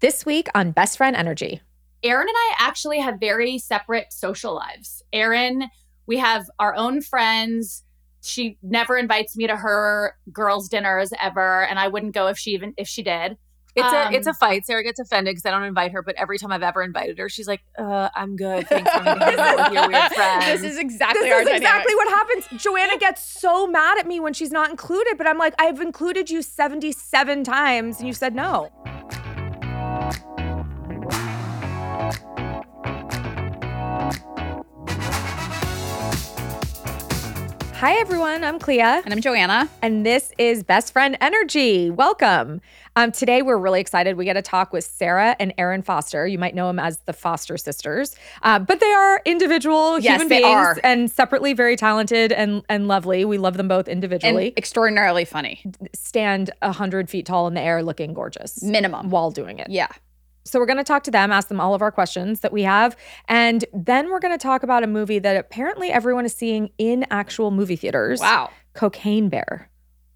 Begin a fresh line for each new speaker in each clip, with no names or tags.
This week on Best Friend Energy.
Aaron and I actually have very separate social lives. Aaron, we have our own friends. She never invites me to her girls' dinners ever, and I wouldn't go if she even if she did.
It's
Um,
a it's a fight. Sarah gets offended because I don't invite her, but every time I've ever invited her, she's like, uh, "I'm good. Thanks for hanging out with your weird friends."
Um,
This is exactly
This
our
is
dynamic.
exactly what happens. Joanna gets so mad at me when she's not included, but I'm like, I've included you 77 times and you said no.
Hi, everyone. I'm Clea,
And I'm Joanna.
and this is Best Friend Energy. Welcome. Um, today, we're really excited. We get to talk with Sarah and Aaron Foster. You might know them as the Foster sisters, uh, but they are individual
Yes,
human
they
beings
are.
and separately very talented and, and lovely. We love them both
And
individually.
extraordinarily funny.
Stand a 100 feet tall in the air looking gorgeous
Minimum.
while doing it.
Yeah.
So we're going to talk to them, ask them all of our questions that we have, and then we're going to talk about a movie that apparently everyone is seeing in actual movie theaters.
Wow.
Cocaine Bear.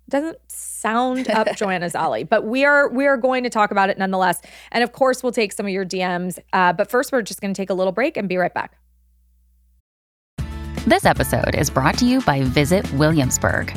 Doesn't sound up Joanna's alley, but we are we are going to talk about it nonetheless. And of course, we'll take some of your DMs. Uh, but first, we're just going to take a little break and be right back.
This episode is brought to you by Visit Williamsburg.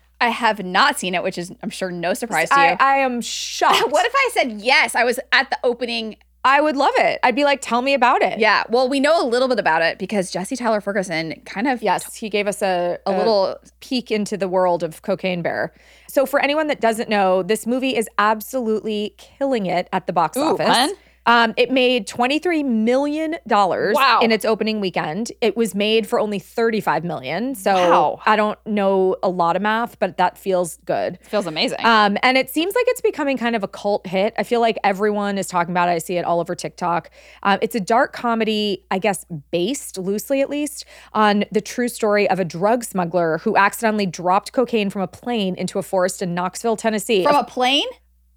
I have not seen it, which is, I'm sure, no surprise to
I,
you.
I am shocked.
what if I said yes? I was at the opening.
I would love it. I'd be like, tell me about it.
Yeah. Well, we know a little bit about it because Jesse Tyler Ferguson kind of
Yes, he gave us a,
a little
peek into the world of Cocaine Bear. So, for anyone that doesn't know, this movie is absolutely killing it at the box
Ooh,
office.
fun.
Um, it made $23 million
Wow.
in its opening weekend. It was made for only $35 million. So,
Wow.
I don't know a lot of math, but that feels good.
feels amazing.
Um, and it seems like it's becoming kind of a cult hit. I feel like everyone is talking about it. I see it all over TikTok. Um, it's a dark comedy, I guess, based loosely at least on the true story of a drug smuggler who accidentally dropped cocaine from a plane into a forest in Knoxville, Tennessee.
From a plane?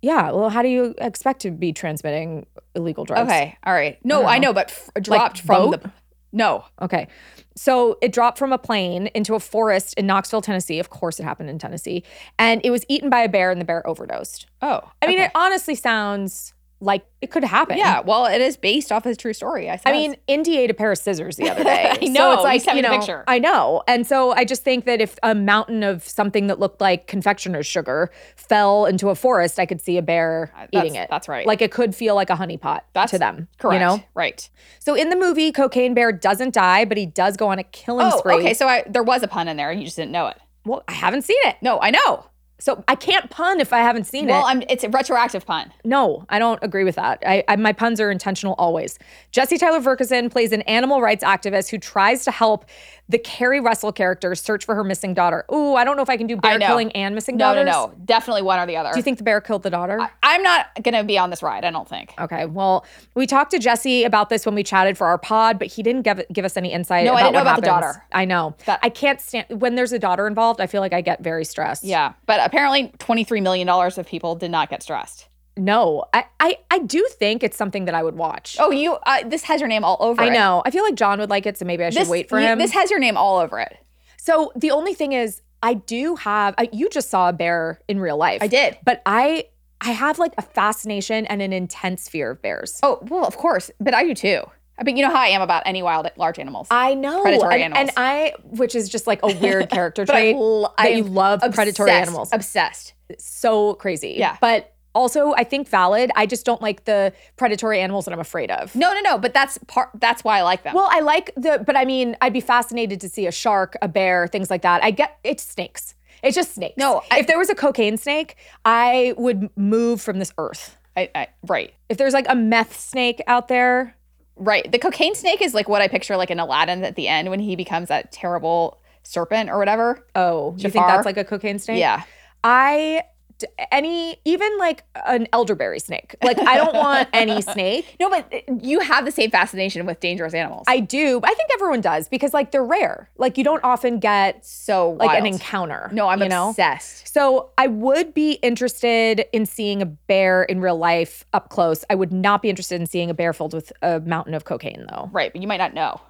yeah. Well, how do you expect to be transmitting illegal drugs?
Okay. All right.
I
No,
Uh-huh.
don't
I
know.
know, but f- dropped from
boat?
the. No.
Okay. So it dropped from a plane into a forest in Knoxville, Tennessee. Of course, it happened in Tennessee. And it was eaten by a bear and the bear overdosed.
Oh.
I mean,
okay.
it honestly sounds like it could happen.
yeah. Well, it is based off his true story. I,
I
suppose.
mean, Indy ate a pair of scissors the other day.
I
So
know.
it's
You
like,
sent
you
me the
know,
picture.
I know. And so I just think that if a mountain of something that looked like confectioner's sugar fell into a forest, I could see a bear
Uh, that's-
eating it.
That's right.
Like it could feel like a honeypot
That's
to them.
correct.
You know?
Right.
So in the movie, Cocaine Bear doesn't die, but he does go on a killing
Oh,
spree.
okay. So I, there was a pun in there and you just didn't know it.
Well, I haven't seen it.
No, I know.
So I can't pun if I haven't seen it.
well, I'm, it's a retroactive pun.
No, I don't agree with that. I, I my puns are intentional always. Jesse Tyler Ferguson plays an animal rights activist who tries to help the Carrie Russell character search for her missing daughter. Ooh, I don't know if I can do bear
know.
killing and missing
No,
daughters.
no, no. Definitely one or the other.
Do you think the bear killed the daughter?
I, I'm not going to be on this ride, I don't think.
okay. Well, we talked to Jesse about this when we chatted for our pod, but he didn't give give us any insight.
No, I
about
didn't know
what
about the
happens.
daughter.
I know.
That-
I can't stand when there's a daughter involved. I feel like I get very stressed.
Yeah. But apparently, $23 million of people did not get stressed.
No, I I, I do think it's something that I would watch.
Oh, you, uh, this has your name all over
I
it.
know. I feel like John would like it, so maybe I should
This,
wait for
you-
him.
This has your name all over it.
So the only thing is, I do have. I, you just saw a bear in real life.
I did.
but I I have like a fascination and an intense fear of bears.
Oh, well, of course. But I do too. I mean, you know how I am about any wild, large animals.
I know
Predatory
and,
animals.
and I, which is just like a weird character
but I,
trait
l-
that
I
you love predatory
obsessed-
animals.
Obsessed.
It's so crazy.
Yeah.
but also I think valid. I just don't like the predatory animals that I'm afraid of.
No, no, no. But that's part, that's why I like them.
Well, I like the, but I mean, I'd be fascinated to see a shark, a bear, things like that. I get it's snakes. It's just snakes.
No, I-
if there was a cocaine snake, I would move from this earth.
I, I, right.
If there's like a meth snake out there,
Right. The cocaine snake is like what I picture like in Aladdin at the end when he becomes that terrible serpent or whatever.
oh, you think
Jafar?
that's like a cocaine snake?
Yeah.
I d- any even like an elderberry snake. Like I don't want any snake.
No, but uh, you have the same fascination with dangerous animals.
I do. but I think everyone does because like they're rare. Like you don't often get
so
like
wild.
an encounter.
No, I'm
you know?
obsessed.
So I would be interested in seeing a bear in real life up close. I would not be interested in seeing a bear filled with a mountain of cocaine, though.
Right, but you might not know.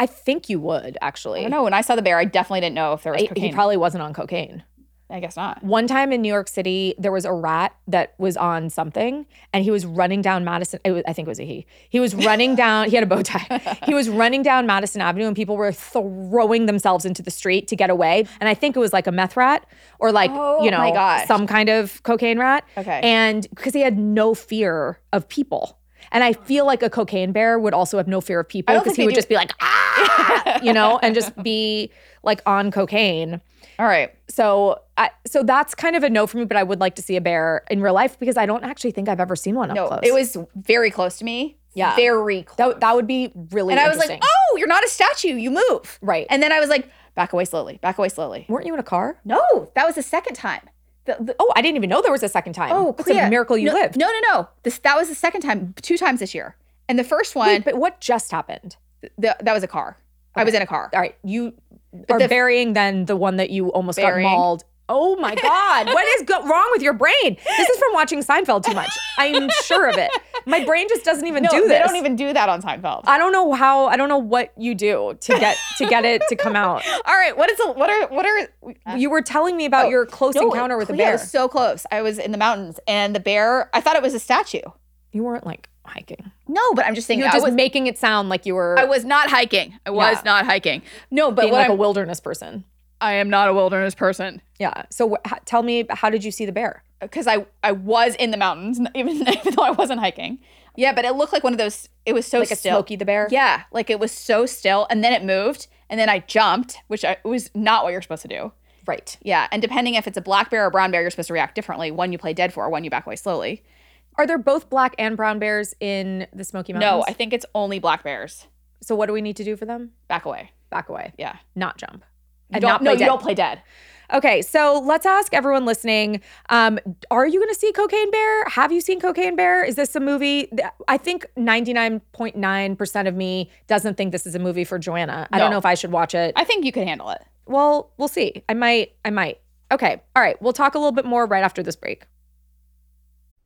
I think you would actually.
I don't know. When I saw the bear, I definitely didn't know if there was
I-
cocaine.
he probably wasn't on cocaine.
I guess not.
One time in New York City, there was a rat that was on something, and he was running down Madison. It was, I think it was a he. He was running down. He had a bow tie. He was running down Madison Avenue, and people were throwing themselves into the street to get away. And I think it was like a meth rat, or like
Oh
you know,
my gosh.
some kind of cocaine rat.
Okay.
And because he had no fear of people. And I feel like a cocaine bear would also have no fear of people
I don't
because
think
he
they
would
do-
just be like, ah, you know, and just be like on cocaine.
All right.
So, I, so that's kind of a no for me. But I would like to see a bear in real life because I don't actually think I've ever seen one up
No,
close.
it was very close to me.
Yeah.
Very close.
that, that would be really.
and I was like,
interesting.
oh, you're not a statue. You move.
right.
And then I was like, back away slowly. Back away slowly.
weren't you in a car?
No, that was the second time. The, the,
Oh, I didn't even know there was a second time.
oh,
it's a
Clea,
miracle you
no,
lived.
No, no, no. This that was the second time. Two times this year. And the first one,
Wait, but what just happened?
th- that was a car. I was in a car.
All right, you are
the-
burying then the one that you almost
Burying.
got mauled. Oh my God! what is go- wrong with your brain? This is from watching Seinfeld too much. I'm sure of it. My brain just doesn't even
no,
do this.
they don't even do Ah. that on Seinfeld.
I don't know how. I don't know what you do to get to get it to come out.
All right, what is the, what are what are
You were telling me about
Oh,
your close
No,
encounter with a
Clea,
bear.
I was so close. I was in the mountains, and the bear. I thought it was a statue.
you weren't like hiking.
No, but I'm just saying.
You were
I
just
was,
making it sound like you were
I was not hiking. I was
Yeah.
not hiking. No, but
being
what
like a
I'm,
wilderness person.
I am not a wilderness person
Yeah. So wh- h- tell me, how did you see the bear?
because I I was in the mountains, even even though I wasn't hiking. Yeah, but it looked like one of those. It was so
like a
still.
Smokey the bear.
Yeah, like it was so still, and then it moved, and then I jumped, which I, was not what you're supposed to do.
Right.
Yeah, and depending if it's a black bear or brown bear, you're supposed to react differently. One you play dead for, one you back away slowly.
Are there both black and brown bears in the Smoky Mountains?
No, I think it's only black bears.
so what do we need to do for them?
Back away.
Back away.
Yeah.
Not jump.
You
And
don't,
not
no,
play
you
dead.
don't play dead.
Okay, so let's ask everyone listening: um, Are you going to see Cocaine Bear? Have you seen Cocaine Bear? Is this a movie? Th- I think ninety nine point nine percent of me doesn't think this is a movie for Joanna. I don't
No.
know if I should watch it.
I think you could handle it.
well, we'll see. I might. I might. Okay. All right. We'll talk a little bit more right after this break.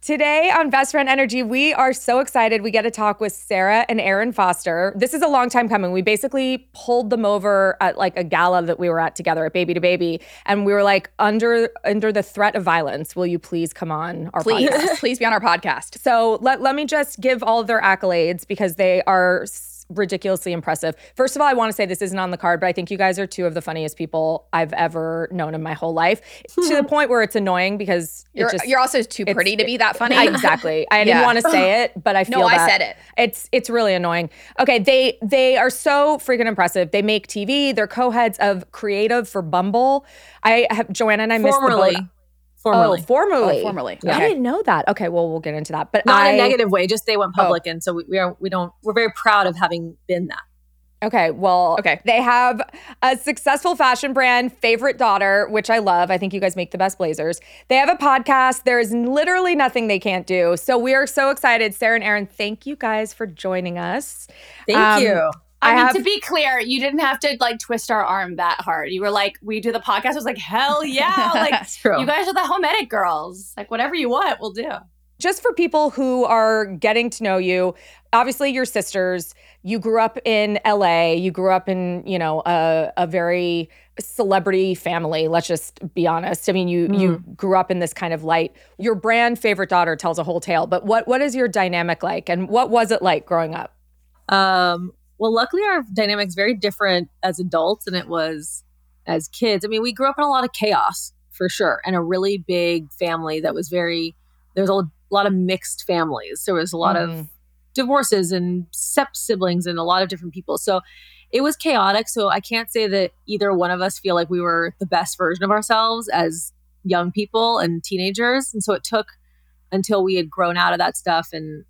Today on Best Friend Energy, we are so excited. We get to talk with Sarah and Aaron Foster. This is a long time coming. We basically pulled them over at like a gala that we were at together at Baby to Baby, and we were like, under under the threat of violence, will you please come on our
Please,
podcast?
please be on our podcast.
So let let me just give all of their accolades because they are s- ridiculously impressive. First of all, I want to say this isn't on the card, but I think you guys are two of the funniest people I've ever known in my whole life. to the point where it's annoying because it
You're,
just,
you're also too
it's-
pretty to be that funny.
I- exactly. I didn't
Yeah.
want to say it, but I feel
No, I
that.
said it.
It's it's really annoying. Okay, they they are so freaking impressive. They make TV. They're co-heads of creative for Bumble. I have Joanna and I
Formerly.
missed the boat.
Formerly.
Oh, formerly.
Oh, formerly.
I
Okay.
didn't know that. Okay, well we'll get into that. But
Not
I, Oh.
in a negative way, just they went public, and so we, we are we don't we're very proud of having been that.
Okay, well,
Okay.
They have a successful fashion brand, Favorite Daughter, which I love. I think you guys make the best blazers. They have a podcast. There is literally nothing they can't do. So we are so excited. Sarah and Aaron, thank you guys for joining us.
Thank
Um,
you.
I,
I
mean,
have-
to be clear, you didn't have to like twist our arm that hard. You were like, we do the podcast. I was like, hell yeah. Like,
That's true.
you guys are the home edit girls. Like, whatever you want, we'll do.
Just for people who are getting to know you, obviously your sisters, you grew up in LA, you grew up in, you know, a, a very celebrity family, let's just be honest. I mean, you
Hmm.
you grew up in this kind of light. Your brand favorite daughter tells a whole tale, but what what is your dynamic like and what was it like growing up?
Um, well, luckily our dynamic's very different as adults than it was as kids. I mean, we grew up in a lot of chaos for sure, and a really big family that was very. There's a lot of mixed families. There was a
Hmm.
lot
Mm.
of divorces and step siblings and a lot of different people. So it was chaotic. So I can't say that either one of us feel like we were the best version of ourselves as young people and teenagers. And so it took until we had grown out of that stuff and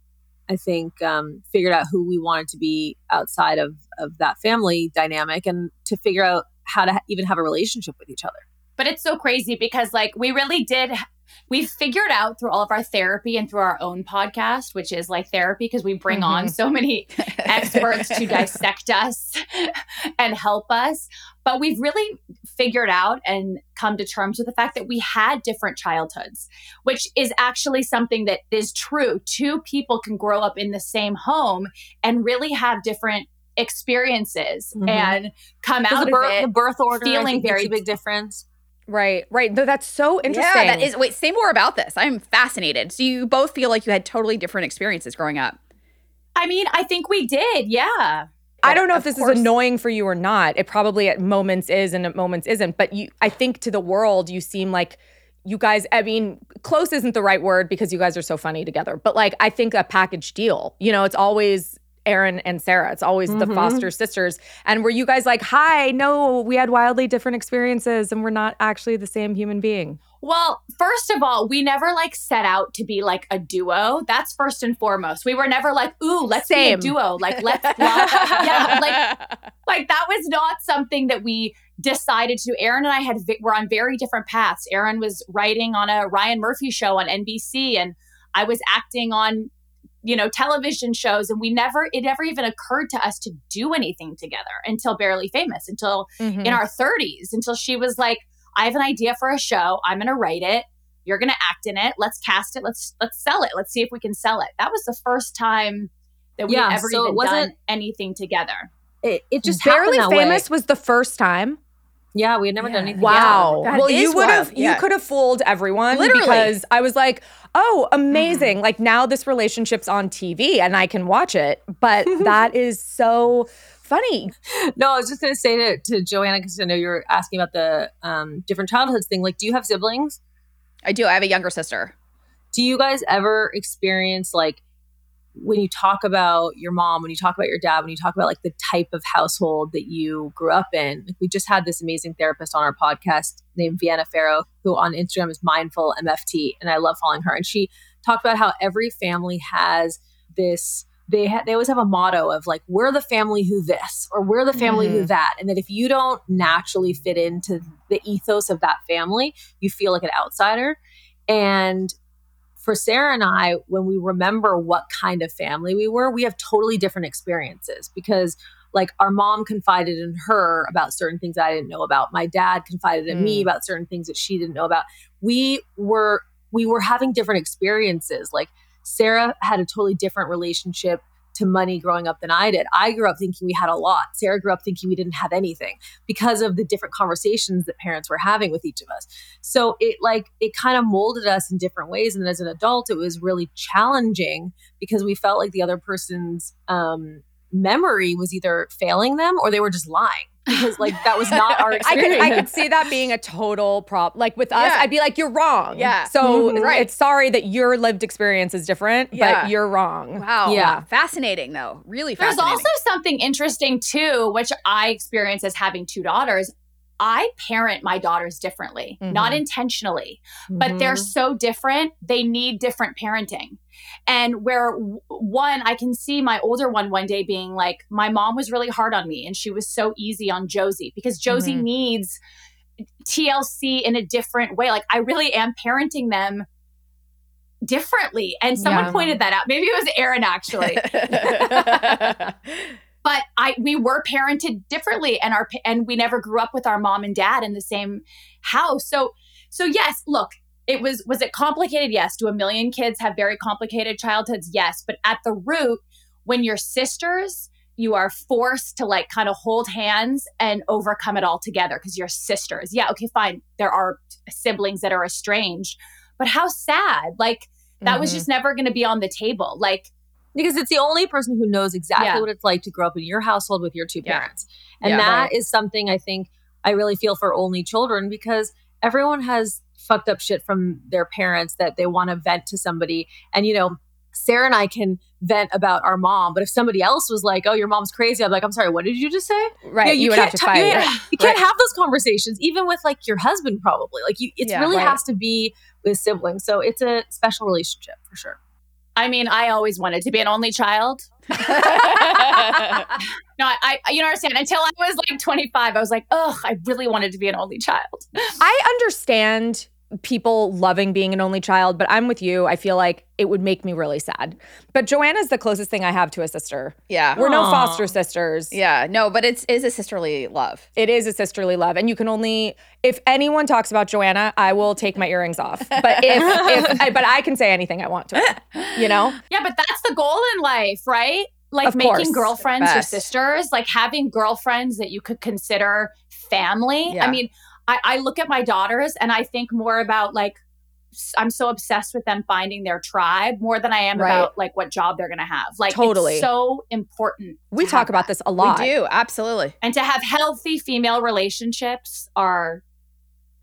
I think um, figured out who we wanted to be outside of of that family dynamic, and to figure out how to ha- even have a relationship with each other.
But it's so crazy because like we really did we figured out through all of our therapy and through our own podcast, which is like therapy because we bring
Mm-hmm.
on so many experts to dissect us and help us. But we've really figured out and come to terms with the fact that we had different childhoods, which is actually something that is true. Two people can grow up in the same home and really have different experiences
Mhm.
and come
Because
out
the,
of
birth,
it
the birth order, I
feeling
think, makes
very
a big difference.
Right, right. Th- That's so interesting.
Yeah, that is. Wait, say more about this. I'm fascinated. So you both feel like you had totally different experiences growing up.
I mean, I think we did. Yeah.
I don't know if
Of
this
course.
is annoying for you or not. It probably at moments is and at moments isn't. But you, I think to the world, you seem like you guys. I mean, close isn't the right word because you guys are so funny together. But like, I think a package deal. You know, it's always Aaron and Sarah. It's always the
Mm-hmm.
Mhm.
foster sisters. And were you guys like, hi? No, we had wildly different experiences, and we're not actually the same human being.
Well, first of all, we never like set out to be like a duo. That's first and foremost. We were never like, ooh, let's
Same.
be a duo. Like, let's love. yeah, like like that was not something that we decided to do. Aaron and I had vi- were on very different paths. Aaron was writing on a Ryan Murphy show on NBC and I was acting on you know television shows and we never it never even occurred to us to do anything together until barely famous until
Mm-hmm.
in our 30s until she was like I have an idea for a show I'm going to write it you're going to act in it let's cast it let's let's sell it let's see if we can sell it that was the first time that we
Yeah,
ever even
so it
done
wasn't-
anything together
It, it just
Barely
happened that way.
famous was the first time.
Yeah, we had never done anything.
Wow.
That
well,
is
you would have
wild. Yeah.
you could have fooled everyone
Literally. Mm-hmm.
because I was like, "Oh, amazing. Like now this relationship's on TV and I can watch it." But that is so funny.
together. No, I was just gonna say to, to Joanna because I know you were asking about the um, different childhoods thing. Like, do you have siblings?
I do. I have a younger sister.
Do you guys ever experience like when you talk about your mom, when you talk about your dad, when you talk about like the type of household that you grew up in? Like, we just had this amazing therapist on our podcast named Vienna Farrow, who on Instagram is Mindful MFT, and I love following her. And she talked about how every family has this. They, ha- they always have a motto of like we're the family who this or we're the family who that and that if you don't naturally fit into the ethos of that family you feel like an outsider and for Sarah and I, when we remember what kind of family we were, we have totally different experiences because, like, our mom confided in her about certain things that I didn't know about. My dad confided in me about certain things that she didn't know about. We were we were having different experiences. Like Sarah had a totally different relationship to money growing up than I did. I grew up thinking we had a lot. Sarah grew up thinking we didn't have anything because of the different conversations that parents were having with each of us. So it like it kind of molded us in different ways. And as an adult, it was really challenging because we felt like the other person's um, memory was either failing them or they were just lying because like that was not our
I could
experience.
I could see that being a total problem. Like with us,
Yeah.
I'd be like, "You're wrong."
Yeah.
So
Mhm. Right.
it's sorry that your lived experience is different,
Yeah.
but you're wrong.
Wow.
Yeah.
Fascinating though. Really
There's
fascinating.
also something interesting too, which I experience as having two daughters. I parent my daughters differently, not intentionally, but
Mm-hmm.
they're so different. They need different parenting. And where w- one, I can see my older one one day being like, my mom was really hard on me and she was so easy on Josie because Josie
Mhm.
needs TLC in a different way. Like, I really am parenting them differently. And someone
Yeah.
pointed that out. Maybe it was Aaron actually. but I we were parented differently and our pa- and we never grew up with our mom and dad in the same house. So so yes, look, it was was it complicated? Yes. Do a million kids have very complicated childhoods? Yes, but at the root when you're sisters, you are forced to like kind of hold hands and overcome it all together because you're sisters. Yeah, okay, fine. There are siblings that are estranged, but how sad. Like that was
Mm-hmm.
Mm-hmm.
just never going to be on the table. Like
because it's the only person who knows exactly
Yeah.
what it's like to grow up in your household with your two
Yeah.
parents. And that
Yeah.
is
Right.
something I think I really feel for only children because everyone has fucked up shit from their parents that they want to vent to somebody. And, you know, Sarah and I can vent about our mom, but if somebody else was like, "Oh, your mom's crazy," I'm like, "I'm sorry, what did you just say?"
right.
Yeah,
you, would have to
ta-
fight.
You can't, you can't have those conversations, even with like your husband, probably. Like, you, it
Yeah,
really
right.
has to be with siblings. So it's a special relationship for sure.
I mean, I always wanted to be an only child. No, I, I you don't understand. Until I was like 25, I was like, oh, I really wanted to be an only child.
I understand people loving being an only child, but I'm with you. I feel like it would make me really sad. But Joanna's the closest thing I have to a sister.
yeah.
We're no
Aw.
foster sisters.
Yeah. No, but it's is a sisterly love.
It is a sisterly love. And you can only if anyone talks about Joanna, I will take my earrings off. But if, if I, but I can say anything I want to. her, You know?
Yeah, but that's the goal in life, right? Like
Of
making
course.
girlfriends
Best.
or sisters, like having girlfriends that you could consider family.
Yeah.
I mean, I, I look at my daughters and I think more about like, s- I'm so obsessed with them finding their tribe more than I am
Right.
about like what job they're going to have. Like, it's
Totally.
so important.
We
to
talk
have
about
that.
this a lot.
We do. Absolutely.
And to have healthy female relationships are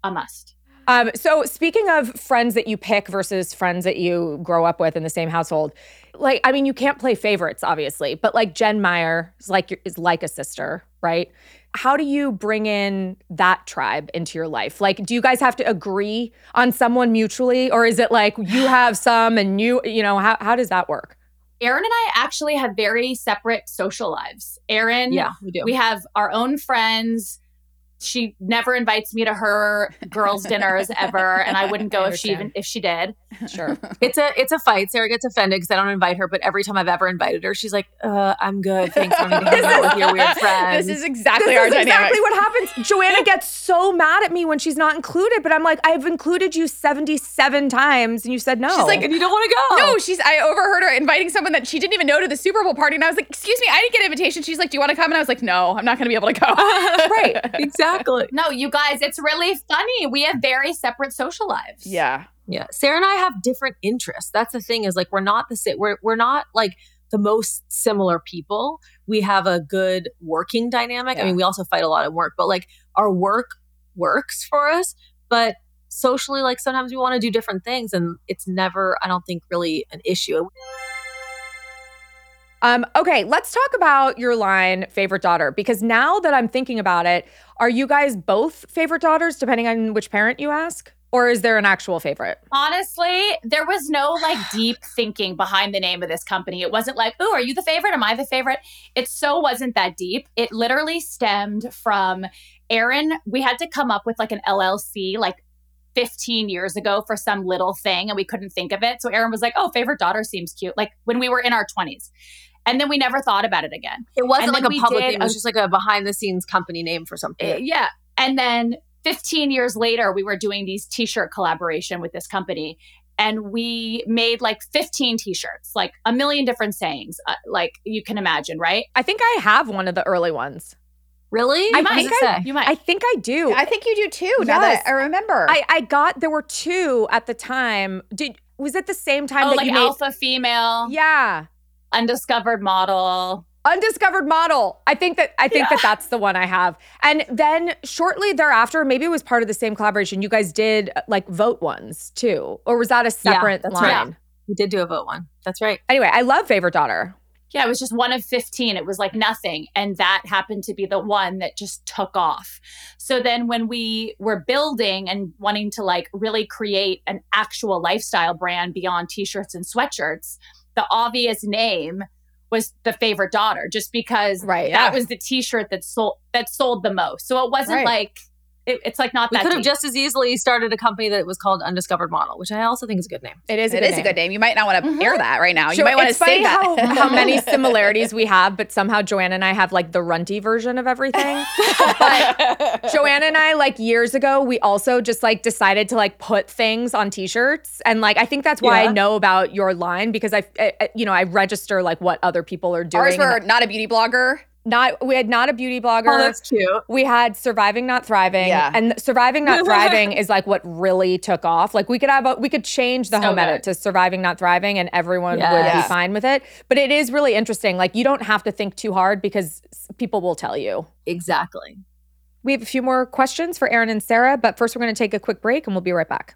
a must.
Um, so speaking of friends that you pick versus friends that you grow up with in the same household, like I mean, you can't play favorites, obviously, but like Jen Meyer is like your- is like a sister, right? How do you bring in that tribe into your life? Like, do you guys have to agree on someone mutually, or is it like you have some and you you know how how does that work?
Aaron and I actually have very separate social lives. Aaron,
Yeah, we do.
we have our own friends. She never invites me to her girls' dinners ever, and I wouldn't go
I
if she even if she did.
Sure,
It's a it's a fight. Sarah gets offended because I don't invite her, but every time I've ever invited her, she's like, uh, "I'm good, thanks for hanging out with your weird friends."
This is
This
exactly our
is
dynamic.
exactly what happens. Joanna gets so mad at me when she's not included, but I'm like, I've included you 77 times and you said no.
She's like,
and you don't want to go.
No, she's. I overheard her inviting someone that she didn't even know to the Super Bowl party, and I was like, "Excuse me, I didn't get an invitation." She's like, "Do you want to come?" And I was like, "No, I'm not going to be able to go."
right?
exactly.
No, you guys, it's really funny. We have very separate social lives.
Yeah.
Yeah, Sarah and I have different interests. That's the thing is like we're not the same. We're we're not like the most similar people. We have a good working dynamic. I
Yeah.
mean, we also fight a lot at work, but like our work works for us. But socially, like sometimes we want to do different things, and it's never, I don't think, really an issue.
Um, okay, let's talk about your line, favorite daughter, because now that I'm thinking about it, are you guys both favorite daughters, depending on which parent you ask? Or is there an actual favorite?
Honestly, there was no like deep thinking behind the name of this company. It wasn't like, oh, are you the favorite? Am I the favorite? It so wasn't that deep. It literally stemmed from Aaron. We had to come up with like an LLC like 15 years ago for some little thing and we couldn't think of it. So Aaron was like, oh, favorite daughter seems cute. Like when we were in our 20s. And then we never thought about it again.
It wasn't
And
like
then
a
we
public
did
thing. It was
a-
just like a Eh, behind the scenes company name for something.
Uh, yeah. And then 15 years later, we were doing these t shirt collaboration with this company. And we made like 15 t shirts, like a million different sayings, uh, like you can imagine, right?
I think I have one of the early ones.
Really?
I
What does
think
it say?
You might.
I think I do.
I think you do too. Now that
Yes.
I remember,
I, I got there were two at the time. Did was it the same time
oh,
that
like
you made?
alpha female,
Yeah,
undiscovered model.
undiscovered model. I think that I think that that's the one I have. And then shortly thereafter, maybe it was part of the same collaboration. You guys did uh, like vote ones too, or was that a separate
that's
line?
right. We did do a vote one. That's right.
Anyway, I love favorite daughter.
Yeah, it was just one of 15. It was like nothing. And that happened to be the one that just took off. So then when we were building and wanting to like really create an actual lifestyle brand beyond t shirts and sweatshirts, the obvious name was the favorite daughter just because
Right.
that was the t-shirt that sold that sold the most so it wasn't
Right.
like it, it's like not
We
that
could have
deep.
just as easily started a company that was called Undiscovered Model, which I also think is a good name.
It is. A
It
good
is a good name. You might not want to air that right now. Oh, you
Jo-
might want to
it's funny
say that.
How, how many similarities we have, but somehow Joanna and I have like the runty version of everything. but Joanna and I, like years ago, we also just like decided to like put things on T-shirts, and like I think that's why I
Yeah.
know about your line because I, I- I- you know, I register like what other people are doing.
Ours
and
were not a beauty blogger.
not we had not a beauty blogger.
Oh, that's cute.
we had surviving not thriving
Yeah.
and surviving not thriving is like what really took off like we could have a, we could change the
So
home
good.
edit to surviving not thriving and everyone would
Yes.
be fine with it but it is really interesting like you don't have to think too hard because s- people will tell you
Exactly.
we have a few more questions for Aaron and Sarah but first we're going to take a quick break and we'll be right back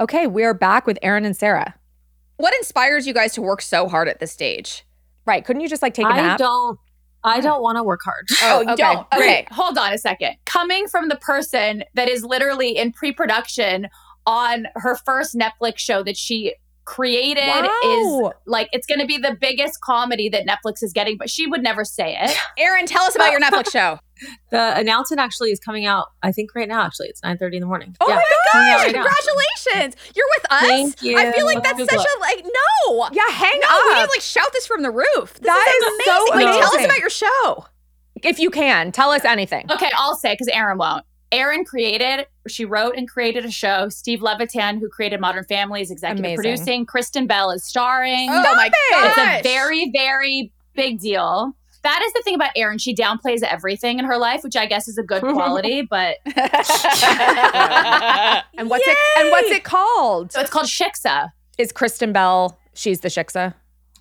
okay we're back with Aaron and Sarah
What inspires you guys to work so hard at this stage?
right couldn't you just like take a
I
nap
don't. I don't want to work hard.
Oh, you
okay.
don't. Okay.
Wait, hold on a second. Coming from the person that is literally in pre production on her first Netflix show that she created is
Wow.
like, it's going to be the biggest comedy that Netflix is getting, but she would never say it.
Aaron, tell us about your Netflix show.
The announcement actually is coming out. I think right now. Actually, it's nine thirty in the morning.
Oh
Yeah. Coming out
my gosh!
right now.
Congratulations! You're with us.
Thank you.
I feel like that's
Good
such
luck.
a like no.
yeah hang
no, we need
up
to like shout this from the roof. This
That
is
is
amazing.
so
Like, tell us
amazing.
about your show.
if you can tell us anything
Okay, I'll say because Aaron won't. Erin created, she wrote and created a show. Steve Levitan, who created Modern Family, is executive
Amazing.
producing. Kristen Bell is starring.
oh my
It's
gosh!
a very, very big deal. That is the thing about Erin. She downplays everything in her life, which I guess is a good quality, but
and what's it and what's it called
so it's called Shiksa.
is Kristen Bell. She's the Shiksa.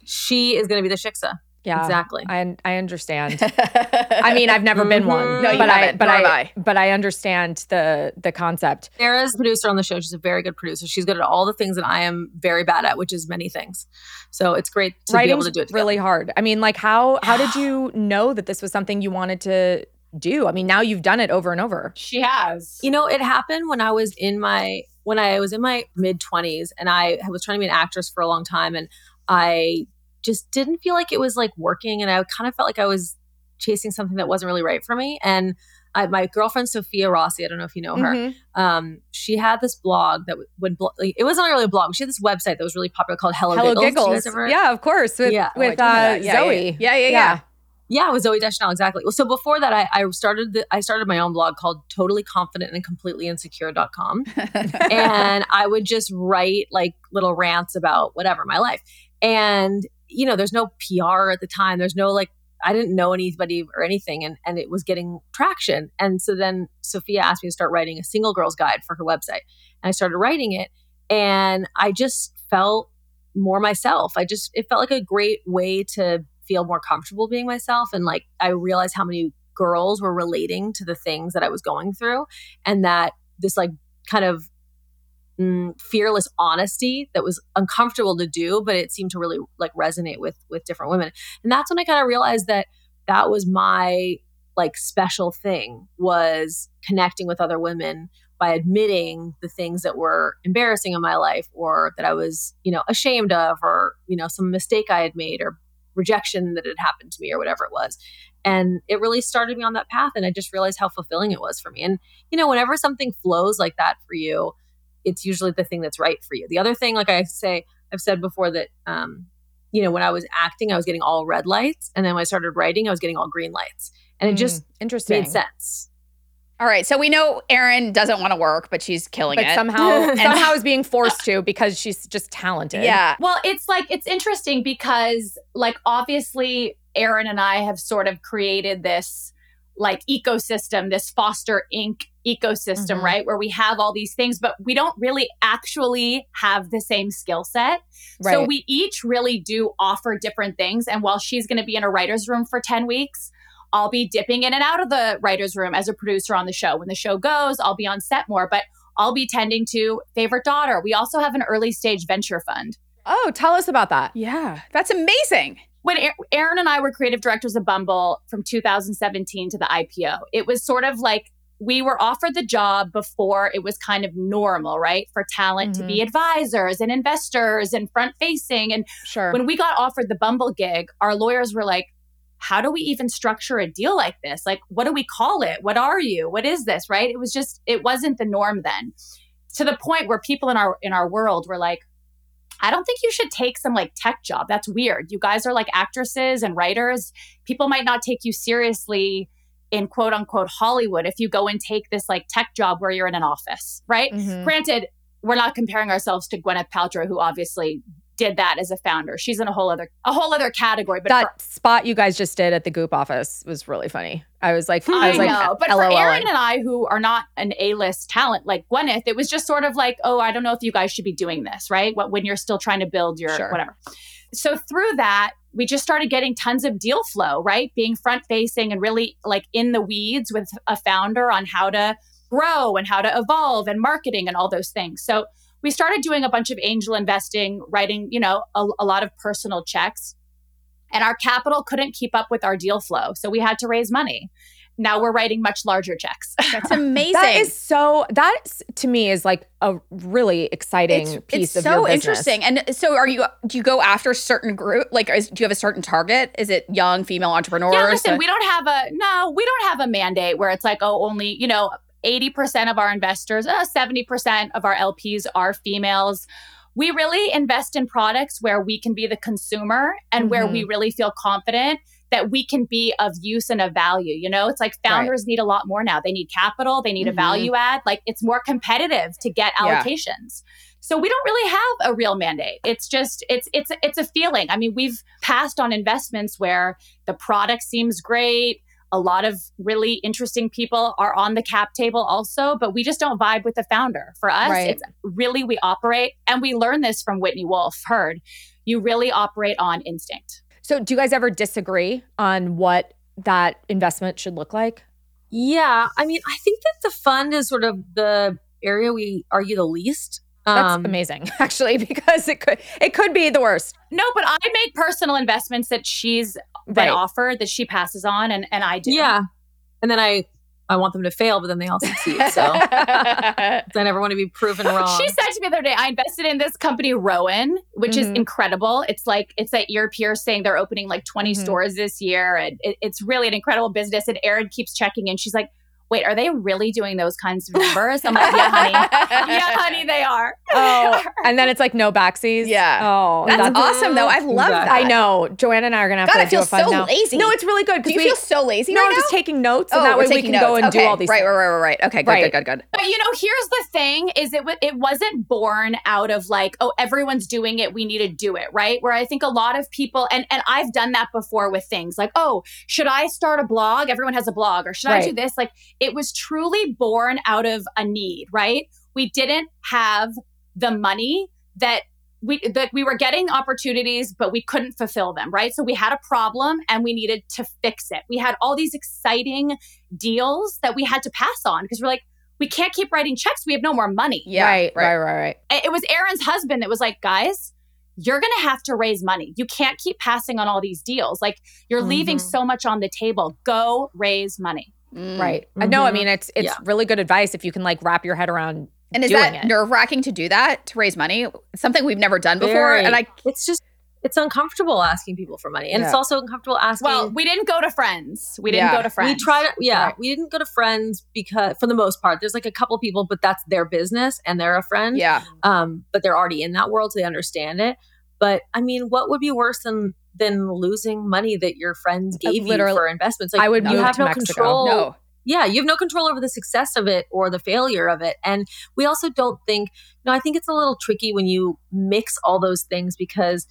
She is going to be the shiksa.
Yeah,
Exactly.
I I understand. I mean, I've never been one,
No, you
but I
haven't,
but
nor have
I,
I.
but I understand the the concept.
Sarah's a producer on the show. She's a very good producer. She's good at all the things that I am very bad at, which is many things. So it's great to be able
Writing's
to do it. Together.
really hard. I mean, like how how did you know that this was something you wanted to do? I mean, now you've done it over and over.
She has.
You know, it happened when I was in my when I was in my mid twenties, and I was trying to be an actress for a long time, and I just didn't feel like it was like working, and I kind of felt like I was chasing something that wasn't really right for me. And I, my girlfriend Sophia Rossi, I don't know if you know her,
Mhm.
um, she had this blog that would blo- like, it wasn't really a blog. but She had this website that was really popular called Hello,
Hello
Giggles. Do you guys
giggles.
ever-
Yeah, of course. With
Yeah.
with
Oh, I
uh,
do know that. Yeah, yeah,
Zoe.
yeah, yeah, yeah.
Yeah, with Zoe Deschanel, exactly. Well, so before that, I, I started the, I started my own blog called Totally Confident and Completely Insecure.com. and I would just write like little rants about whatever my life. And, you know, there's no PR at the time. There's no like I didn't know anybody or anything and, and it was getting traction. And so then Sophia asked me to start writing a single girl's guide for her website. And I started writing it and I just felt more myself. I just it felt like a great way to feel more comfortable being myself and like I realized how many girls were relating to the things that I was going through and that this like kind of mm, fearless honesty that was uncomfortable to do but it seemed to really like resonate with with different women and that's when i kind of realized that that was my like special thing was connecting with other women by admitting the things that were embarrassing in my life or that i was you know ashamed of or you know some mistake i had made or rejection that had happened to me or whatever it was and it really started me on that path and i just realized how fulfilling it was for me and you know whenever something flows like that for you it's usually the thing that's right for you. The other thing, like I say, I've said before that, um, you know, when I was acting, I was getting all red lights. And then when I started writing, I was getting all green lights. And it just
Mm, interesting.
made sense.
All right, so we know Erin doesn't want to work, but she's killing
But
it.
somehow,
And-
somehow is being forced to because she's just talented.
yeah.
Well, it's like it's interesting because like obviously Aaron and I have sort of created this like ecosystem, this Foster Inc. ecosystem,
Mhm.
right? Where we have all these things, but we don't really actually have the same skill set.
Right.
So we each really do offer different things. And while she's going to be in a writer's room for 10 weeks, I'll be dipping in and out of the writer's room as a producer on the show. When the show goes, I'll be on set more, but I'll be tending to favorite daughter. We also have an early stage venture fund.
oh, tell us about that.
Yeah.
That's amazing.
When Aa- Aaron and I were creative directors of Bumble from 2017 to the IPO, it was sort of like we were offered the job before it was kind of normal, right? For talent to be advisors and investors and front facing. And
Sure.
when we got offered the Bumble gig, our lawyers were like, how do we even structure a deal like this? Like, what do we call it? What are you? What is this? Right? It was just, it wasn't the norm then. To the point where people in our in our world were like, I don't think you should take some like tech job. That's weird. You guys are like actresses and writers. People might not take you seriously in quote unquote Hollywood if you go and take this like tech job where you're in an office, right?
Mm-hmm.
Mhm.
Granted, we're not comparing ourselves to Gwyneth Paltrow, who obviously did that as a founder. She's in a whole other a whole other category. But
that spot you guys just did at the Goop office was really funny. I was like,
for,
I was like,
know, but for
LOL.
Aaron and I, who are not an A list talent like Gwyneth, it was just sort of like, oh, I don't know if you guys should be doing this, right? What when you're still trying to build your
Sure.
whatever. So through that, we just started getting tons of deal flow, right? Being front facing and really like in the weeds with a founder on how to grow and how to evolve and marketing and all those things. So we started doing a bunch of angel investing, writing, you know, a, a lot of personal checks. And our capital couldn't keep up with our deal flow. So we had to raise money. Now we're writing much larger checks.
That's amazing.
That is so. That is- to me is like a really exciting
it's,
piece
it's
of
so
your business.
interesting. And so, are you? Do you go after certain group? Like, is, do you have a certain target? Is it young female entrepreneurs?
yeah, listen,
Uh,
we don't have a no, we don't have a mandate where it's like, oh, only, you know, 80% of our investors, uh, 70% of our LPs are females. We really invest in products where we can be the consumer and where we really feel confident that we can be of use and of value. You know, it's like founders need a lot more now. They need capital, they need a
Mhm.
value add. Like it's more competitive to get
Yeah.
allocations. So we don't really have a real mandate. It's just it's it's it's a feeling. I mean, we've passed on investments where the product seems great. A lot of really interesting people are on the cap table also, but we just don't vibe with the founder. For us,
Right.
it's really we operate and we learn this from Whitney Wolf, heard. You really operate on instinct.
So, do you guys ever disagree on what that investment should look like?
Yeah, I mean, I think that the fund is sort of the area we argue the least.
That's
Um,
amazing, actually, because it could it could be the worst.
No, but I make personal investments that she's been
Right.
offered that she passes on and, and I do.
Yeah, and then I I want them to fail, but then they all succeed. So I never want to be proven wrong.
She said to me the other day, I invested in this company, Rowan, which is
Mhm.
incredible. It's like, it's at ear piercing. They're opening like 20
Mhm.
stores this year. And it, it's really an incredible business. And Erin keeps checking in. She's like, wait, are they really doing those kinds of numbers? I'm like, yeah, honey. yeah, honey, they are.
Oh, and then it's like no backsies.
Yeah.
Oh,
That's awesome, though. I love that.
I know. Joanna and I are gonna have
God,
to
I feel
do a fun
so
now.
lazy.
No, it's really good
Do
because
you
we.
feel so lazy
no,
right
I'm
now?
just taking notes, and
Oh,
that
we're
way we
taking
can go and
notes.
do
Okay,
all these.
Right,
things.
right, right, right, right. Okay, good,
Right.
good, good, good.
But you know, here's the thing: is it wa- it wasn't born out of like, oh, everyone's doing it, we need to do it, right? Where I think a lot of people, and and I've done that before with things like, oh, should I start a blog? Everyone has a blog, or should I do
Right.
this? Like, it was truly born out of a need, right? We didn't have the money that. We, that we were getting opportunities, but we couldn't fulfill them, right? So we had a problem and we needed to fix it. We had all these exciting deals that we had to pass on because we're like, we can't keep writing checks. We have no more money.
Yeah,
right, right, right, right.
It it was Aaron's husband that was like, guys, you're going to have to raise money. You can't keep passing on all these deals. Like, you're leaving so much on the table. Go raise money.
Mm.
Right. I know. I mean, it's it's
Yeah.
really good advice if you can like wrap your head around.
And is
doing
that
it.
nerve wracking to do that to raise money? Something we've never done before.
Very.
And I,
it's just it's uncomfortable asking people for money, and it's
Yeah.
also uncomfortable asking.
Well, we didn't go to friends. We didn't
Yeah.
go to friends.
We tried. Yeah,
Right.
we didn't go to friends because, for the most part, there's like a couple people, but that's their business and they're a friend.
yeah,
Um, but they're already in that world, so they understand it. But I mean, what would be worse than than losing money that your friends gave
literally-
you for investments? Like
I would
you
move
have
to
no
Mexico.
control
no,
Yeah, you have no control over the success of it or the failure of it. And we also don't think, you know, I think it's a little tricky when you mix all those things because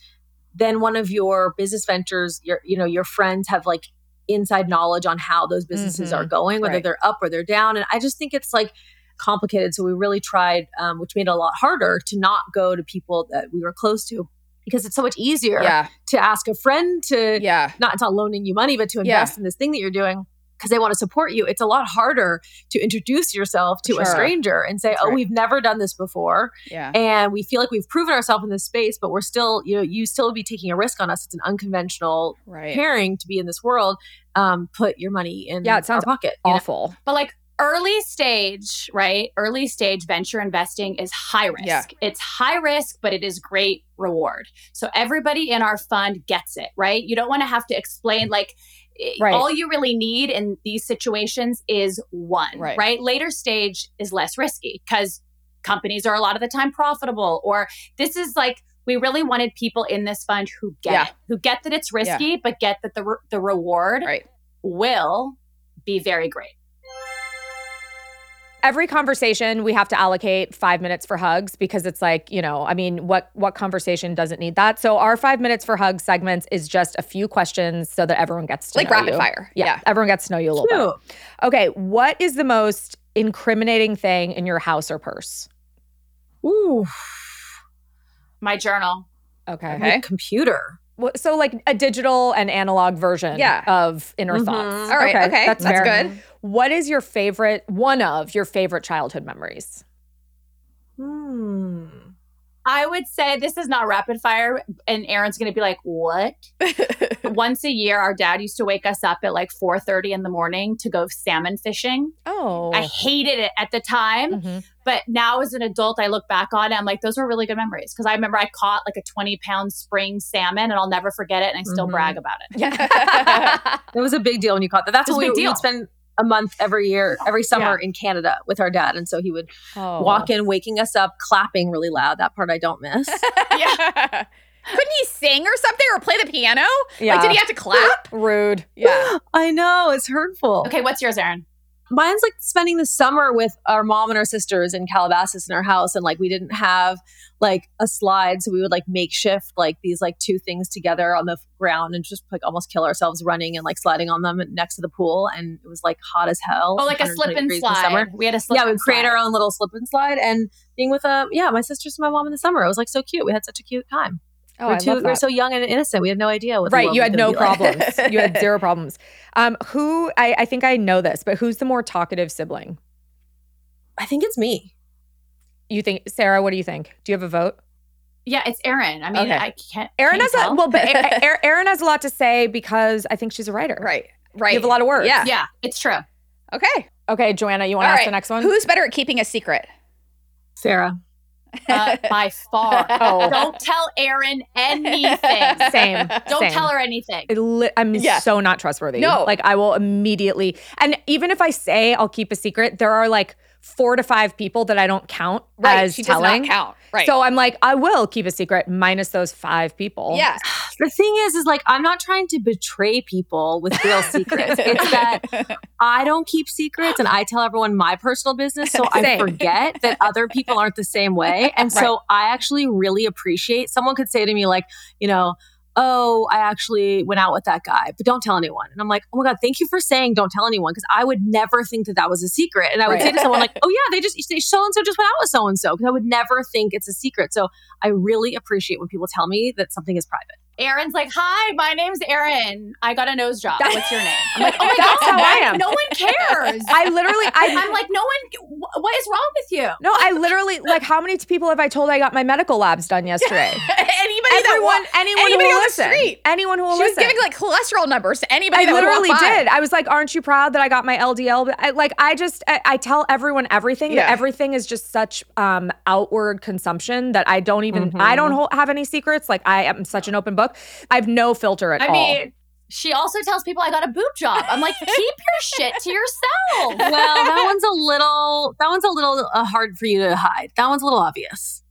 then one of your business ventures, your you know, your friends have like inside knowledge on how those businesses
Mhm.
are going, whether
Right.
they're up or they're down. And I just think it's like complicated. So we really tried, um, which made it a lot harder to not go to people that we were close to because it's so much easier
Yeah.
to ask a friend to
yeah.
not to loaning you money, but to
Yeah.
invest in this thing that you're doing because they want to support you. It's a lot harder to introduce yourself to
Sure.
a stranger and say, "Oh,
right.
we've never done this before."
Yeah.
And we feel like we've proven ourselves in this space, but we're still, you know, you still be taking a risk on us. It's an unconventional
Right.
pairing to be in this world. Um, put your money in
Yeah, it sounds
our pocket. you know?
awful.
But like early stage, right? Early stage venture investing is high risk.
Yeah.
It's high risk, but it is great reward. So everybody in our fund gets it, right? You don't want to have to explain like i-
Right.
all you really need in these situations is one,
Right.
right? Later stage is less risky cuz companies are a lot of the time profitable or this is like we really wanted people in this fund who get
Yeah.
it, who get that it's risky, but get that the re- the reward
Right.
will be very great.
every conversation we have to allocate five minutes for hugs because it's like you know i mean what what conversation doesn't need that so our five minutes for hugs segments is just a few questions so that everyone gets to
Like
know
rapid
you.
fire.
yeah,
Yeah.
everyone gets to know you a little
Cute.
bit okay what is the most incriminating thing in your house or purse
Ooh,
My journal.
okay,
my computer.
Well, so like a digital and analog version
Yeah. Mm-hmm.
of inner
Mhm.
thoughts
All right. Okay. That's,
fair.
good.
what is your favorite one of your favorite childhood memories
Hmm.
I would say this is not rapid fire, and Aaron's going to be like, "What?" Once a year, our dad used to wake us up at like four thirty in the morning to go salmon fishing.
oh
I hated it at the
Mm.
time,
Mhm.
but now as an adult, I look back on it. I'm like, those were really good memories because I remember I caught like a twenty pound spring salmon, and I'll never forget it, and I still
Mhm.
brag about it.
Yeah.
That was a big deal when you caught that. That's
It was
what
a
we,
big
we
deal.
would spend a month every year, every summer in Canada with our dad, and so he would
oh.
walk in, waking us up, clapping really loud. That part I don't miss.
yeah. Couldn't he sing or something or play the piano?
yeah
Like, did he have to clap?
rude
Yeah.
I know it's hurtful.
Okay, what's yours, Aaron?
Mine's like spending the summer with our mom and our sisters in Calabasas in our house, and like we didn't have like a slide, so we would like makeshift like these like two things together on the ground and just like almost kill ourselves running and like sliding on them next to the pool, and it was like hot as hell.
Oh, like a
120
slip and
degrees in the
slide.
summer.
We had a slip.
yeah, we
and
would create
slide.
our own little slip and slide, and being with um yeah my sisters and my mom in the summer. It was like so cute. We had such a cute time.
oh
we
I
were, too-
love
we were
that.
so young and innocent. We had no idea what the
right
world
you
was
had no
gonna be like.
problems you had zero problems um who I, I think i know this but who's the more talkative sibling
I think it's me.
you think sarah what do you think do you have a vote
Yeah, it's Aaron. I mean,
Okay.
I can't.
Erin
can you
has a
tell?
well, but E, Erin has a lot to say because I think she's a writer.
Right. Right.
You have a lot of words.
Yeah.
yeah, it's true.
Okay.
Okay, Joanna, you want to
All
ask
right.
the next one?
Who's better at keeping a secret?
Sarah.
Uh, by far.
Oh.
Don't tell Erin anything.
Same.
Don't
Same.
tell her anything.
I li- I'm
Yeah.
so not trustworthy.
No.
Like I will immediately and even if I say I'll keep a secret, there are like four to five people that I don't count
Right.
as
she does
telling.
not count. Right.
So I'm like, I will keep a secret minus those five people.
yeah.
The thing is, is like I'm not trying to betray people with real secrets. it's that I don't keep secrets and I tell everyone my personal business, so I
Same.
forget that other people aren't the same way. And so I actually really appreciate someone could say to me like, you know. Oh, I actually went out with that guy, but don't tell anyone. And I'm like, oh my God, thank you for saying don't tell anyone because I would never think that that was a secret. And I would
Right.
say to someone like, oh yeah, they just, so and so just went out with so and so because I would never think it's a secret. So I really appreciate when people tell me that something is private.
Erin's like, hi, my name's Erin. I got a nose job. What's your name? I'm like, oh my
That's
God.
how I am.
No one cares.
I literally I
I'm like, no one, wh- what is wrong with you?
No, I literally like how many people have I told I got my medical labs done yesterday?
anybody that wa-
Everyone, anyone who
anybody
will
on the
listen.
street.
Anyone who will
she was
listen.
giving like cholesterol numbers to anybody.
I
that would walk
literally
by.
did. I was like, "Aren't you proud that I got my LDL?" But I, like, I just I, I tell everyone everything.
Yeah.
That everything is just such um outward consumption that I don't even I don't hold, have any secrets. Like I am such an open book. I have no filter at
I
all.
mean, she also tells people I got a boob job. I'm like, keep your shit to yourself.
well, that one's a little that one's a little uh, hard for you to hide. That one's a little obvious.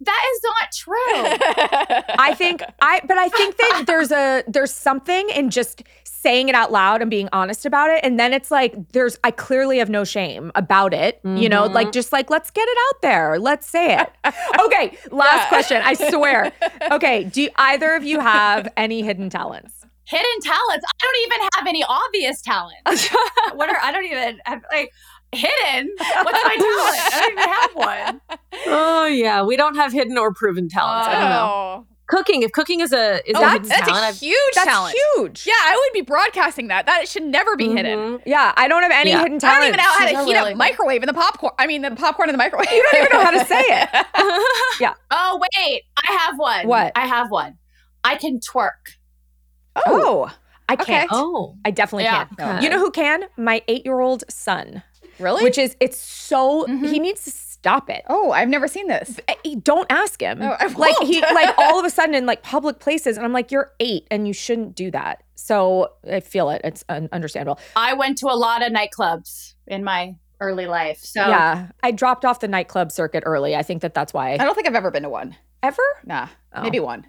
That is not true.
I think I, but I think that there's a there's something in just saying it out loud and being honest about it. And then it's like, there's, I clearly have no shame about it. You know,
Mhm.
Mm-hmm.
like just like, let's get it out there. Let's say it. okay. Last
Yeah.
question. I swear. Okay. Do either of you have any hidden talents?
hidden talents. I don't even have any obvious talents. what are I don't even have like hidden. What's my talent? I don't even have one.
Oh yeah, we don't have hidden or proven talents. I don't know.
Oh.
Cooking, if cooking is a is a
Oh, that's,
hidden
that's
talent,
a
I've-
huge
That's
talent.
huge.
Yeah, I would be broadcasting that. That should never be hidden.
Mhm.
Yeah. I don't have any
Yeah.
hidden
I
talents.
don't even know how to
No,
heat
really.
up microwave and the popcorn. I mean, the popcorn in the microwave.
You don't even know how to say it.
Oh wait, I have one.
What?
I have one. I can twerk.
Oh, I can't.
Oh,
I definitely
Yeah.
can't. You know who can? My eight year old son,
really?
which is, it's so,
Mhm.
he needs to stop it.
oh, I've never seen this.
I- I- don't ask him.
Oh, I
like he
won't.
like all of a sudden in like public places, and I'm like, you're eight and you shouldn't do that. So I feel it. It's un- understandable.
I went to a lot of nightclubs in my early life.
Oh.
So
Yeah, I dropped off the nightclub circuit early. I think that that's
I
why.
don't think I've ever been to one.
Ever?
Nah,
Oh.
Oh.
Uh,
maybe one.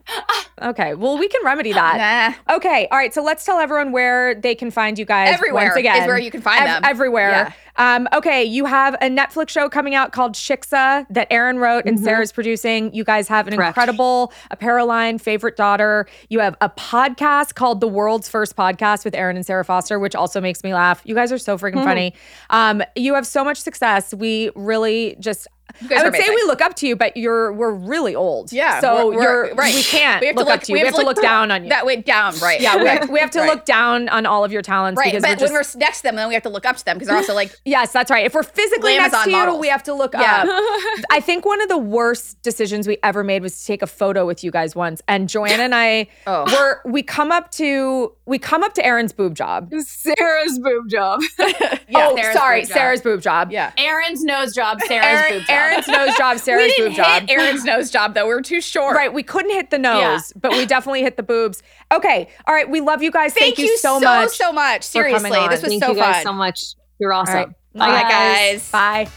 Okay. Well, we can remedy that.
nah,
Okay. All right. So let's tell everyone where they can find you guys.
everywhere
once again.
is where you can find
Ev-
them.
Everywhere. Um, okay, you have a Netflix show coming out called Shiksa that Aaron wrote and
Mm-hmm.
Mhm.
Sarah's producing. You guys have an
Correct.
incredible apparel line, favorite daughter. You have a podcast called The World's First Podcast with Aaron and Sarah Foster, which also makes me laugh. You guys are so
Hmm.
freaking funny. Um, you have so much success. We really just.
You guys
I
are
would say
amazing.
we look up to you, but you're we're really old.
Yeah,
so
we're- we're-
you're
right.
We can't
We have to
look, up
look-
to you. We have, to look down on you.
that way down, right?
yeah, we
Right.
have, we have to
Right.
look down on all of your talents
Right,
because
but
we're just,
when we're s- next to them, then we have to look up to them because they're also like,
Yes, that's right. If we're physically
Glamazon
next to you,
models.
we have to look
Yeah.
up. I think one of the worst decisions we ever made was to take a photo with you guys once. And Joanna and I
oh,
were we come up to we come up to Aaron's boob job.
Sarah's boob job.
yeah,
oh,
Sarah's
sorry,
boob job.
Sarah's boob job.
Yeah,
Aaron's nose job, Sarah's
Aaron-
boob job.
Aaron's nose job, Sarah's
we didn't
boob job.
hit Aaron's nose job though. We were too short.
Right, we couldn't hit the nose, but we definitely hit the boobs. Okay, all right, we love you guys.
Thank,
Thank,
you so
much.
so much.
for coming
Seriously, this
on.
was
Thank
so
you guys
fun.
so much. You're
All
awesome.
right,
Bye, guys.
Bye.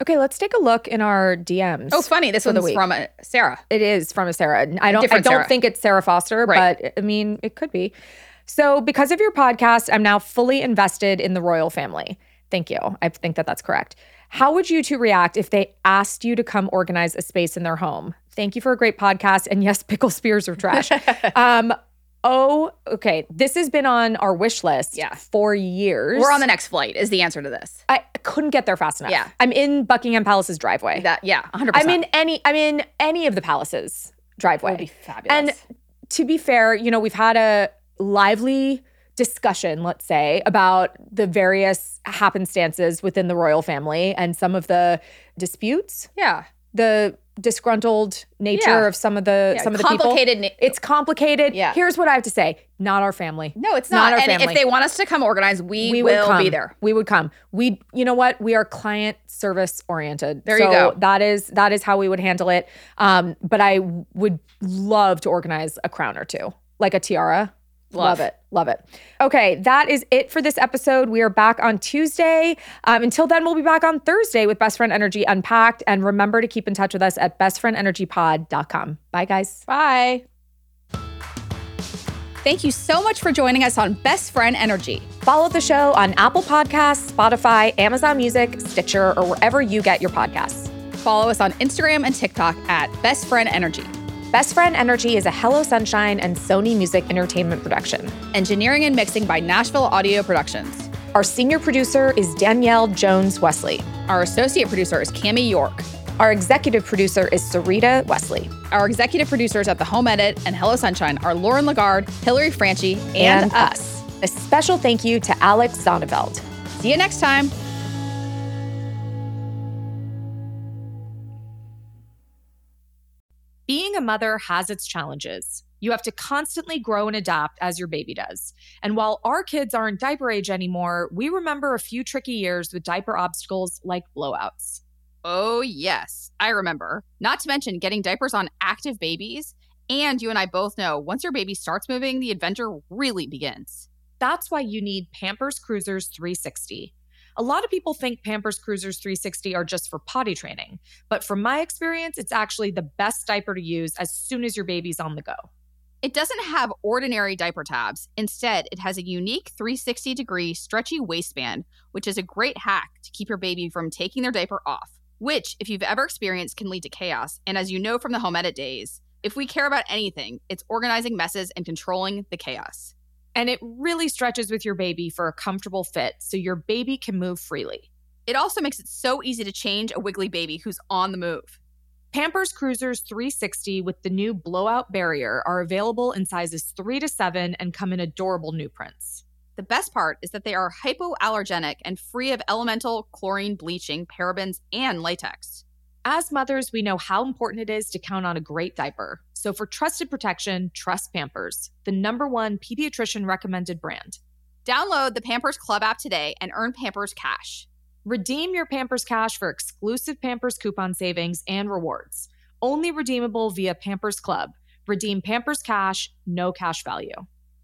Okay, let's take a look in our DMs.
Oh, funny. This
For the
one's
week.
from uh, Sarah.
It is from a Sarah. I don't. I
different
don't
Sarah.
think it's Sarah Foster,
Right.
but I mean, it could be. So, because of your podcast, I'm now fully invested in the royal family. Thank you. I think that that's correct. How would you two react if they asked you to come organize a space in their home? Thank you for a great podcast. And yes, pickle spears are trash. um, oh, okay. This has been on our wish list
Yeah.
for years.
We're on the next flight. Is the answer to this?
I couldn't get there fast enough.
Yeah.
I'm in Buckingham Palace's driveway.
That yeah, hundred
I'm
percent.
in any. I'm in any of the palaces driveway.
would be fabulous.
And to be fair, you know, we've had a lively discussion, let's say, about the various happenstances within the royal family and some of the disputes,
yeah,
the disgruntled nature
Yeah.
of some of the
yeah.
some of the people.
complicated. na-
It's complicated.
Yeah.
Here's what I have to say: not our family.
no, it's
not
not.
our
and
family.
if they want us to come organize, we,
We would
will
come.
be there.
We would come. We, you know what? We are client service oriented.
There you
So
go.
That is that is how we would handle it. Um, but I would love to organize a crown or two, like a tiara.
Love.
it. Love it. Okay, that is it for this episode. We are back on Tuesday. Um, until then, we'll be back on Thursday with Best Friend Energy Unpacked. And remember to keep in touch with us at bestfriendenergypod.com. Bye, guys.
Bye. Thank you so much for joining us on Best Friend Energy.
Follow the show on Apple Podcasts, Spotify, Amazon Music, Stitcher, or wherever you get your podcasts.
Follow us on Instagram and TikTok at Best Friend Energy.
Best Friend Energy is a Hello Sunshine and Sony Music Entertainment production.
Engineering and mixing by Nashville Audio Productions.
Our senior producer is Danielle Jones Wesley.
Our associate producer is Cami York.
Our executive producer is Sarita Wesley.
Our executive producers at The Home Edit and Hello Sunshine are Lauren Lagarde, Hillary Franchi, and, us.
A special thank you to Alex Zonneveld.
See you next time.
Being a mother has its challenges. You have to constantly grow and adapt as your baby does. And while our kids aren't diaper age anymore, we remember a few tricky years with diaper obstacles like blowouts.
Oh, yes, I remember. Not to mention getting diapers on active babies. And you and I both know once your baby starts moving, the adventure really begins.
That's why you need Pampers Cruisers 360. A lot of people think Pampers Cruisers 360 are just for potty training, but from my experience, it's actually the best diaper to use as soon as your baby's on the go.
It doesn't have ordinary diaper tabs. Instead, it has a unique 360 degree stretchy waistband, which is a great hack to keep your baby from taking their diaper off, which, if you've ever experienced, can lead to chaos. And as you know from the home edit days, if we care about anything, it's organizing messes and controlling the chaos.
And it really stretches with your baby for a comfortable fit so your baby can move freely.
It also makes it so easy to change a wiggly baby who's on the move.
Pampers Cruisers 360 with the new blowout barrier are available in sizes 3 to 7 and come in adorable new prints.
The best part is that they are hypoallergenic and free of elemental, chlorine, bleaching, parabens, and latex.
As mothers, we know how important it is to count on a great diaper. So for trusted protection, trust Pampers, the number one pediatrician recommended brand.
Download the Pampers Club app today and earn Pampers Cash.
Redeem your Pampers Cash for exclusive Pampers coupon savings and rewards. Only redeemable via Pampers Club. Redeem Pampers Cash, no cash value.